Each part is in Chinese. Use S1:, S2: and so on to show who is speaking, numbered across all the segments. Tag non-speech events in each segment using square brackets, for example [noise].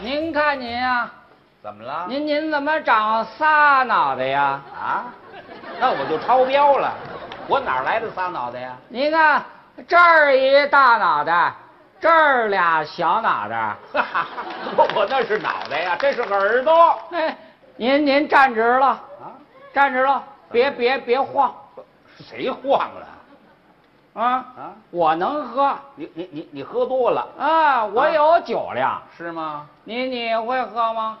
S1: 您看您呀、
S2: 怎么了？
S1: 您您怎么长仨脑袋呀？
S2: 啊，那我就超标了。我哪儿来的仨脑袋呀？
S1: 您看这儿一大脑袋，这儿俩小脑袋。
S2: 哈哈，我那是脑袋呀，这是耳朵
S1: 哎，您您站直了，
S2: 啊！
S1: 站直了，
S2: 嗯
S1: 别别别晃
S2: 不谁晃了？
S1: 啊！
S2: 啊，
S1: 我能喝
S2: 你你你你喝多了
S1: 啊，我
S2: 啊
S1: 有酒量。
S2: 是吗？
S1: 你你会喝吗？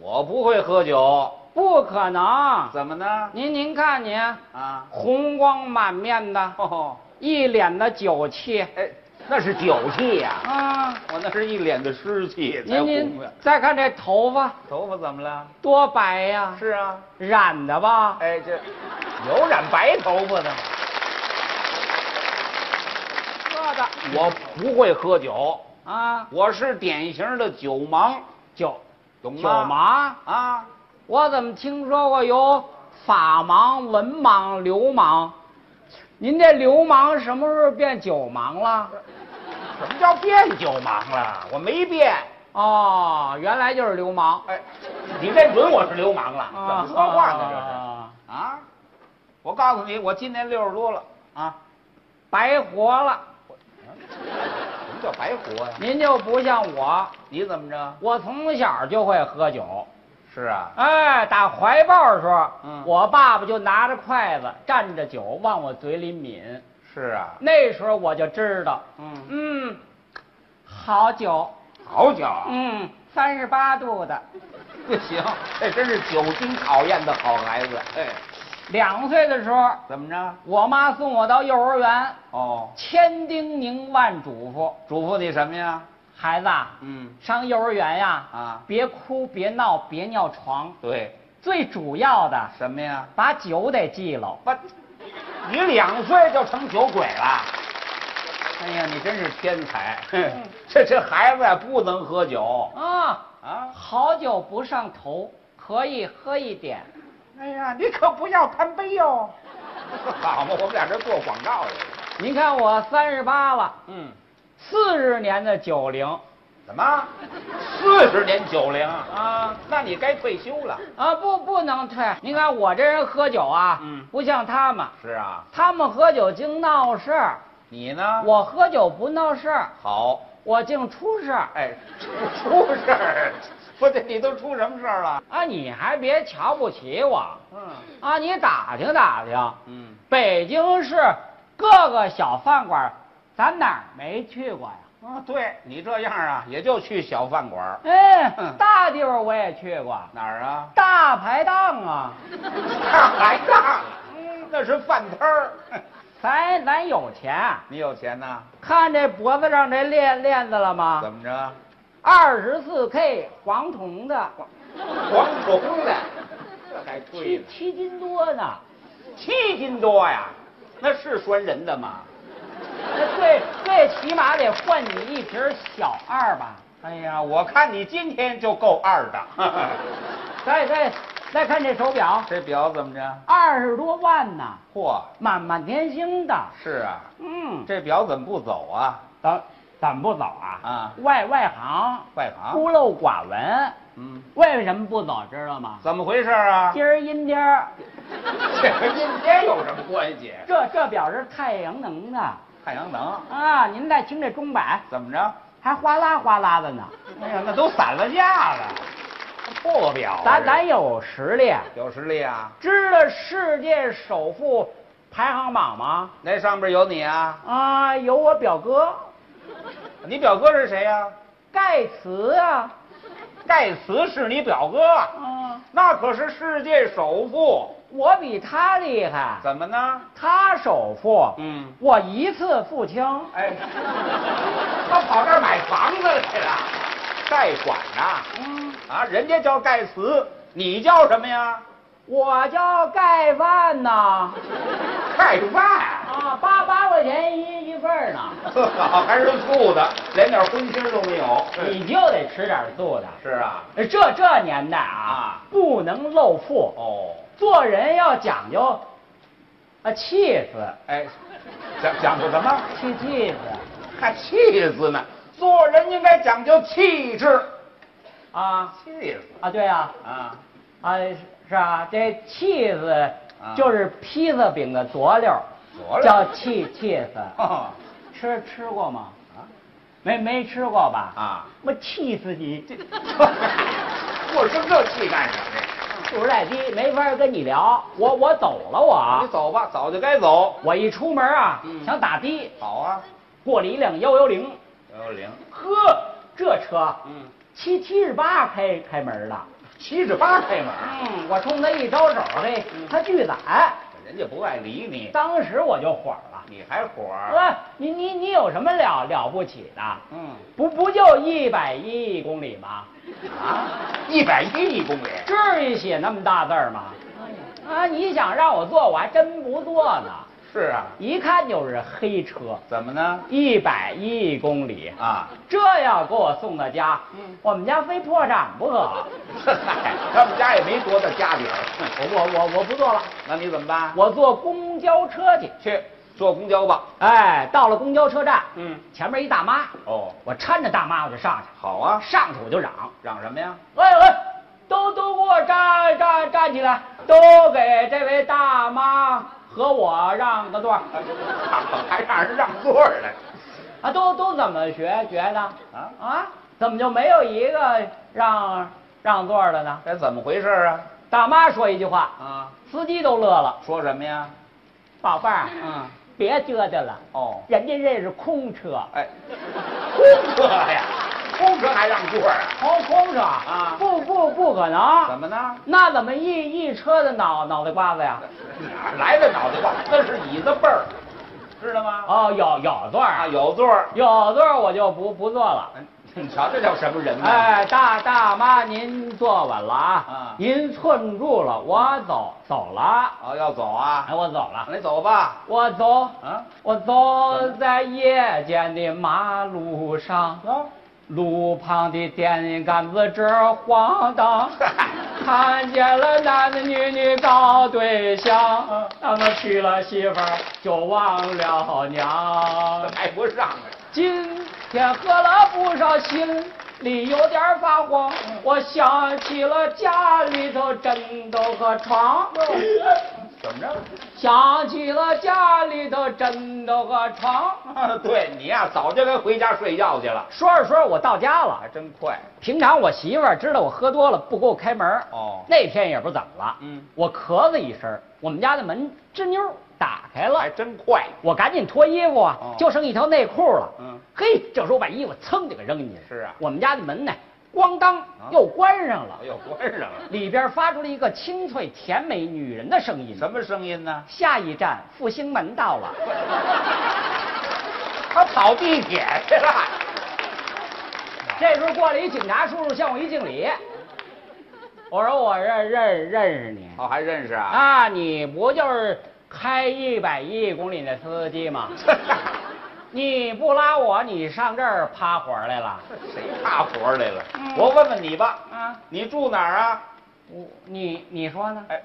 S2: 我不会喝酒，
S1: 不可能！
S2: 怎么呢？
S1: 您您看您，
S2: 啊，
S1: 红光满面的，
S2: 哦，
S1: 一脸的酒气
S2: 哎，那是酒气呀、
S1: 啊！
S2: 我那是一脸的湿气才
S1: 您
S2: 红
S1: 您
S2: 的。
S1: 再看这头发
S2: 头发怎么了？
S1: 多白呀，
S2: 是啊，
S1: 染的吧？
S2: 哎，这有染白头发的吗？
S1: 喝的
S2: 我不会喝酒，
S1: 啊，
S2: 我是典型的酒盲，
S1: 酒
S2: 懂吗？
S1: 酒盲，
S2: 啊，
S1: 我怎么听说过有法盲、文盲、流氓？您这流氓什么时候变酒盲了？
S2: 什么叫变酒盲了？我没变。
S1: 哦，原来就是流氓。
S2: 哎，你认准我是流氓了？怎么说话呢？这是
S1: 啊
S2: 啊！我告诉你，我今年六十多了啊！
S1: 白活了，
S2: 什么叫白活呀？
S1: 您就不像我，
S2: 你怎么着？
S1: 我从小就会喝酒。
S2: 是啊，
S1: 哎，打怀抱的时候，
S2: 嗯
S1: 我爸爸就拿着筷子蘸着酒往我嘴里抿，
S2: 是啊，
S1: 那时候我就知道，
S2: 嗯，
S1: 嗯，好酒，
S2: 好酒，
S1: 嗯，三十八度的，
S2: 不行，这真是酒精考验的好孩子。哎，
S1: 两岁的时候，
S2: 怎么着？
S1: 我妈送我到幼儿园，
S2: 哦，
S1: 千叮咛万嘱咐，
S2: 嘱咐你什么呀？
S1: 孩子啊，
S2: 嗯，
S1: 上幼儿园呀，
S2: 啊
S1: 别哭，别闹，别尿床，
S2: 对，
S1: 最主要的，
S2: 什么呀？
S1: 把酒得记了。
S2: 不，你两岁就成酒鬼了。哎呀，你真是天才！ [laughs] 这这孩子呀，不能喝酒
S1: 啊，
S2: 嗯啊！
S1: 好酒不上头，可以喝一点。
S2: 哎呀，你可不要贪杯哦哟！ [laughs] 好嘛，我们俩这做广告来了。
S1: 您看我三十八了，
S2: 嗯，
S1: 四十年的酒龄
S2: 怎么？四十年酒龄，
S1: 啊
S2: 那你该退休了。
S1: 啊，不不能退。您看我这人喝酒啊，
S2: 嗯
S1: 不像他们，
S2: 是啊，
S1: 他们喝酒净闹事儿，
S2: 你呢？
S1: 我喝酒不闹事儿，
S2: 好，
S1: 我净出事儿。
S2: 哎，出事儿，不对，你都出什么事儿了？
S1: 啊，你还别瞧不起我，
S2: 嗯
S1: 啊，你打听打听，
S2: 嗯，
S1: 北京市各个小饭馆，咱哪儿没去过呀？
S2: 啊，对你这样啊，也就去小饭馆儿
S1: 哎
S2: 嗯，
S1: 大地方我也去过，
S2: 哪儿 [laughs] 啊？
S1: 大排档啊，
S2: 大排档，嗯，那是饭摊儿。 [laughs]
S1: 咱咱有钱，
S2: 你有钱呐？
S1: 看这脖子上这链链子了吗？
S2: 怎么着？
S1: 二十四 K 黄铜的，
S2: 蝗虫的，这还对
S1: 七
S2: 呢，
S1: 七斤多呢，
S2: 七斤多呀，那是拴人的吗？
S1: 那哎最最起码得换你一瓶小二吧。
S2: 哎呀，我看你今天就够二的。 [laughs]
S1: 再再再看这手表，
S2: 这表怎么着？
S1: 二十多万呢，
S2: 嚯，
S1: 满满天星的。
S2: 是啊，
S1: 嗯，
S2: 这表怎么不走啊？
S1: 怎怎不走啊？
S2: 啊
S1: 外外行，
S2: 外行，
S1: 孤陋寡闻。
S2: 嗯，
S1: 为什么不走，知道吗？
S2: 怎么回事啊？
S1: 今儿阴天儿，
S2: 这跟阴天有什么关系？
S1: 这这表是太阳能的
S2: 太阳能
S1: 啊！您再听这钟摆，
S2: 怎么着？
S1: 还哗啦哗啦的呢。
S2: 哎呀，那都散了架了，破表啊、
S1: 咱咱
S2: 这
S1: 有实力，
S2: 有实力啊，
S1: 知道世界首富排行榜吗？
S2: 那上边有你啊，
S1: 啊，有我表哥
S2: 你表哥是谁呀、
S1: 盖茨啊，
S2: 盖茨是你表哥，
S1: 啊，
S2: 那可是世界首富，
S1: 我比他厉害，
S2: 怎么呢？
S1: 他首富，
S2: 嗯，
S1: 我一次付清。
S2: 哎，他跑这儿买房子来了，贷款呐、
S1: 嗯，
S2: 啊，人家叫盖茨，你叫什么呀？
S1: 我叫盖饭呐，
S2: 盖饭， [laughs]
S1: 啊，八八块钱一一份儿呢。
S2: 呵好还是素的，连点荤腥都没有。
S1: 你就得吃点素的。
S2: 是啊，
S1: 这这年代啊
S2: 啊，
S1: 不能露富，
S2: 哦，
S1: 做人要讲究，啊，气死，
S2: 哎，讲讲究什么？
S1: 气气死。
S2: 还气死呢！做人应该讲究气质，
S1: 啊
S2: 气死
S1: 啊，对啊，
S2: 啊！
S1: 啊是啊，这 cheese
S2: 啊
S1: 就是披萨饼的佐料，
S2: 佐料 [laughs]
S1: 叫 che [laughs] cheese，
S2: 哦
S1: 吃吃过吗？
S2: 啊
S1: 没没吃过吧？
S2: 啊！
S1: 我气死你！
S2: [laughs]
S1: [laughs]
S2: 我生这气干什么呀？
S1: 数太低，没法跟你聊，我我走了我啊
S2: 你，走吧，早就该走。
S1: 我一出门啊，
S2: 嗯
S1: 想打的，
S2: 好啊，
S1: 过了一辆幺幺零，
S2: 幺幺零，
S1: 呵，这车
S2: 嗯，
S1: 七七十八开开门的，
S2: 七十八开门，
S1: 嗯，我冲他一招手，嘿，
S2: 嗯
S1: 他拒载，
S2: 人家不爱理你，
S1: 当时我就火了，
S2: 你还火儿？
S1: 啊，你你你有什么了了不起的？
S2: 嗯
S1: 不不就一百一公里吗？
S2: 啊，一百一一公里，
S1: 至于写那么大字儿吗？啊，你想让我坐，我还真不坐呢。
S2: 是啊，
S1: 一看就是黑车，
S2: 怎么呢？
S1: 一百一公里，
S2: 啊， [laughs]
S1: 这要给我送到家，
S2: 嗯
S1: 我们家非破产 [laughs] 不可。
S2: 嗨，他们家也没多大家底儿，
S1: 我我我我不坐了，
S2: 那你怎么办？
S1: 我坐公交车去。
S2: 去坐公交吧。
S1: 哎，到了公交车站，
S2: 嗯，
S1: 前面一大妈，
S2: 哦，
S1: 我搀着大妈我就上去，
S2: 好啊，
S1: 上去我就嚷，
S2: 嚷什么呀？
S1: 喂喂，哎都都给我站站站起来，都给这位大妈和我让个座儿
S2: [laughs] 还让人让座儿来
S1: 啊！都都怎么学学的
S2: 啊？
S1: 啊？怎么就没有一个让让座儿的呢？
S2: 这怎么回事啊？
S1: 大妈说一句话，
S2: 啊，
S1: 司机都乐了，
S2: 说什么呀？
S1: 宝贝儿，
S2: 嗯，
S1: 别折腾了，
S2: 哦，
S1: 人家这是空车，
S2: [laughs] 哎，空车呀，空车还让座儿啊？
S1: 空哦空车
S2: 啊
S1: 不不不可
S2: 怎
S1: 能，
S2: 么呢？
S1: 那怎么一一车的脑脑袋瓜子呀？
S2: 哪儿来的脑袋瓜？那是椅子背儿，知道吗？
S1: 哦，有有座儿
S2: 啊，有座儿。
S1: 有座儿我就不不坐了。
S2: 哎你瞧，这叫什么人呢？
S1: 哎，大大妈，您坐稳了啊！
S2: 啊
S1: 您寸住了，我走走了，
S2: 哦，要走啊
S1: 哎，？我走了，
S2: 你走吧。
S1: 我走，
S2: 啊，
S1: 我走在夜间的马路上，
S2: 走。
S1: 路旁的电杆子直晃 [laughs] 荡，看见了男男女女搞对象
S2: 嗯，
S1: 他们娶了媳妇儿就忘了娘
S2: 怎么。还不上啊？
S1: 今天喝了不少，心里有点发慌。我想起了家里头枕头和
S2: [laughs]
S1: 床，
S2: 怎么着？
S1: 想起了家里头枕头和床。
S2: 啊，对你呀、早就该回家睡觉去了，
S1: 说着说着，我到家了
S2: 还。真快。
S1: 平常我媳妇儿知道我喝多了，不给我开门。
S2: 哦
S1: 那天也不知道怎么了，
S2: 嗯
S1: 我咳嗽一声，我们家的门吱妞儿打开了
S2: 还，真快。
S1: 我赶紧脱衣服啊，
S2: 哦
S1: 就剩一条内裤了。
S2: 嗯，
S1: 嘿，这时候把衣服噌就给扔进去了。
S2: 是啊啊
S1: 我们家的门呢，咣当又关上了，
S2: 又关上了。
S1: 里边发出了一个清脆甜美女人的声音。
S2: 什么声音呢？
S1: 下一站复兴门到了，
S2: 他跑地铁去了。
S1: 这时候过来一警察叔叔向我一敬礼，我说我认认认识你
S2: 哦，还认识啊？ [laughs]
S1: 啊，你不就是开一百一公里的司机
S2: [laughs]
S1: 吗？你不拉我，你上这儿趴活儿来了
S2: 谁怕活儿来了？
S1: 嗯
S2: 我问问你吧，
S1: 啊？
S2: 你住哪儿啊？
S1: 我你你说呢？
S2: 哎，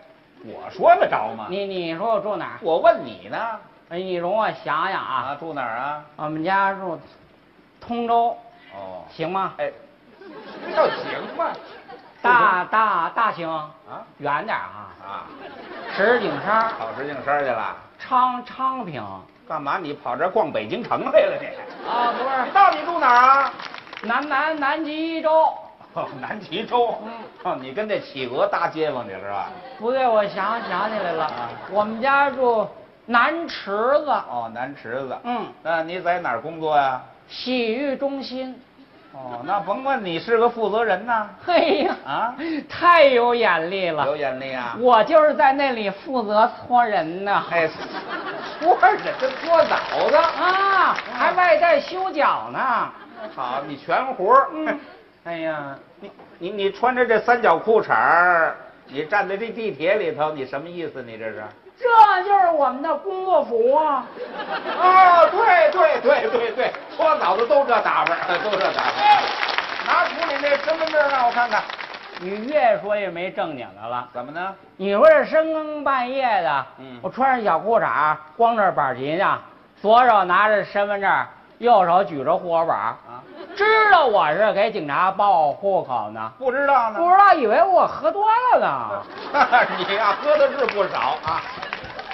S2: 我说得着吗？
S1: 你你说我住哪儿？
S2: 我问你呢？
S1: 哎，你容我想想
S2: 啊，
S1: 啊，
S2: 住哪儿啊？
S1: 我们家住通州，
S2: 哦，
S1: 行吗？
S2: 哎，要行吧？
S1: 大大大兴，
S2: 啊
S1: 远点儿啊，
S2: 啊，
S1: 石景山、
S2: 跑石景山去了？
S1: 昌昌平啊，
S2: 干嘛？你跑这儿逛北京城来了？你
S1: 不是
S2: 到底住哪儿啊？ [laughs]
S1: 南南南极洲，
S2: 哦，南齐州。
S1: 嗯
S2: 哦，你跟那企鹅搭街坊去了是吧？
S1: 不对，我想想起来了，
S2: 啊
S1: 我们家住南池子，
S2: 哦，南池子。
S1: 嗯，
S2: 那你在哪儿工作呀、
S1: 洗浴中心，
S2: 哦，那甭问你是个负责人呐。
S1: 嘿呀，
S2: 啊，
S1: 太有眼力了
S2: 有，眼力啊！
S1: 我就是在那里负责搓人呢，
S2: 哎，搓着跟搓澡子。
S1: 啊，还外带修脚呢。
S2: 好，你全活儿。
S1: [laughs] 嗯
S2: 哎呀， [laughs] 你你你穿着这三角裤衩儿，你站在这地铁里头，你什么意思？你这是？
S1: 这就是我们的工作服啊！
S2: 哦，对对对对对，搓澡的都这打扮，都这打扮。哎拿出你那身份证让我看看，
S1: 你越说越没正经的了。
S2: 怎么呢？
S1: 你说这深更半夜的，
S2: 嗯
S1: 我穿上小裤衩，光着板儿筋啊，左手拿着身份证，右手举着户口本儿，
S2: 啊，
S1: 知道我是给警察报户口呢，
S2: 不知道呢。啊
S1: 不知道以为我喝多了呢。
S2: [laughs] 你呀、喝的是不少啊。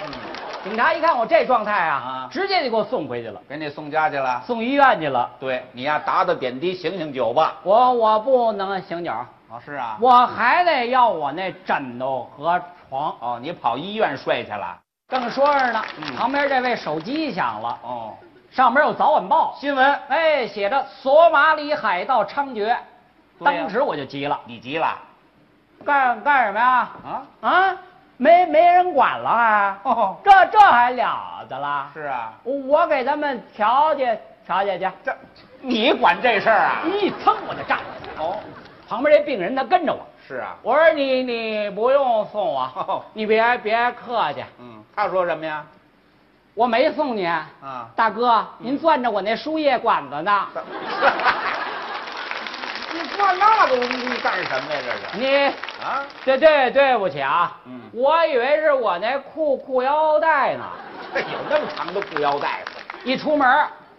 S2: 嗯，
S1: [laughs] 警察一看我这状态啊
S2: 啊，
S1: 直接就给我送回去了，
S2: 给你送家去了。
S1: 送医院去了。
S2: 对你呀、打打点滴，醒醒酒吧。
S1: 我我不能醒酒，
S2: 啊，是啊。
S1: 我还得要我那枕头和床。
S2: 哦，你跑医院睡去了。
S1: 正说着呢，
S2: 嗯
S1: 旁边这位手机响了，
S2: 哦，
S1: 上面有早晚报，
S2: 新闻，
S1: 哎，写着索马里海盗猖獗，
S2: 对呀
S1: 当时我就急了，
S2: 你急了
S1: 干干什么呀？
S2: 啊？
S1: 啊，没没人管了啊？
S2: 哦
S1: 这这还了得啦？
S2: 是啊，
S1: 我我给他们调解调解去，
S2: 这你管这事儿啊？
S1: 一蹭我就站了。
S2: 哦，
S1: 旁边这病人他跟着我，
S2: 是啊。
S1: 我说你你不用送我
S2: 哦，
S1: 你别别客气，
S2: 嗯，他说什么呀？
S1: 我没送你。
S2: 啊，
S1: 大哥，您攥着我那输液管子呢，
S2: [laughs] 你说那个东西干什么呀？这
S1: [laughs]
S2: 是
S1: 你
S2: 啊？
S1: 对对对不起啊，
S2: 嗯
S1: 我以为是我那裤裤腰带呢，
S2: 这有那么长的裤腰带吗？
S1: 一出门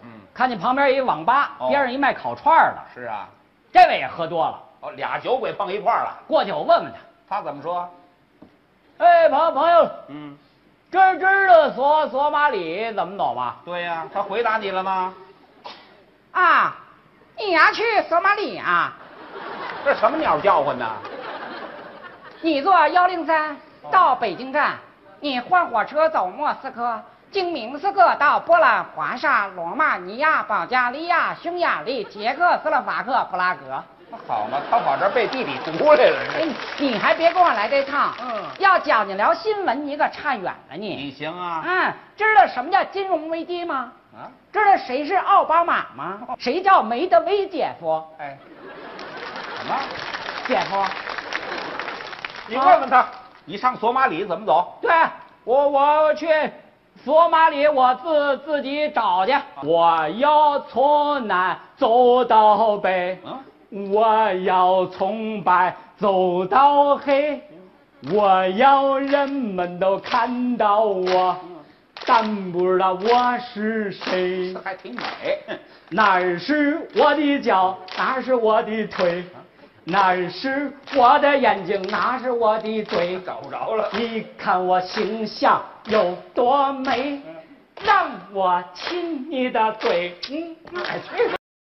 S2: 嗯，
S1: 看见旁边一网吧，
S2: 哦
S1: 边上一卖烤串儿的，
S2: 是啊。
S1: 这位也喝多了，
S2: 哦，俩酒鬼碰一块儿了，
S1: 过去我问问他，
S2: 他怎么说？
S1: 哎，朋朋友，
S2: 嗯，
S1: 这知道索索马里怎么走吗？
S2: 对呀、他回答你了吗？
S1: 啊，你呀去索马里啊，
S2: 这什么鸟叫唤呢？
S1: 你坐幺零三
S2: 哦
S1: 到北京站，你换火车走莫斯科，经明斯克到波兰、华沙、罗马尼亚、保加利亚、匈牙利、捷克斯洛伐克、布拉格。
S2: 那好嘛，他跑这儿背地理图来了。
S1: 哎
S2: 这，
S1: 你还别跟我来这趟，
S2: 嗯
S1: 要讲究聊新闻，你可差远了
S2: 你
S1: 你。
S2: 行啊？
S1: 嗯，知道什么叫金融危机吗？
S2: 啊，
S1: 知道谁是奥巴马吗？谁叫梅德韦姐夫？
S2: 哎，啊什么？
S1: 姐夫，
S2: 你问问他，你上索马里怎么走？
S1: 对我我去索马里，我自自己找去。我要从南走到北，
S2: 嗯，
S1: 我要从白走到黑，我要人们都看到我，但不知道我是谁
S2: 这。还挺美。
S1: 哪儿是我的脚，哪儿是我的腿，哪儿是我的眼睛，哪儿是我的嘴。
S2: 找不着了。
S1: 你看我形象有多美，让我亲你的嘴。嗯，哎去吧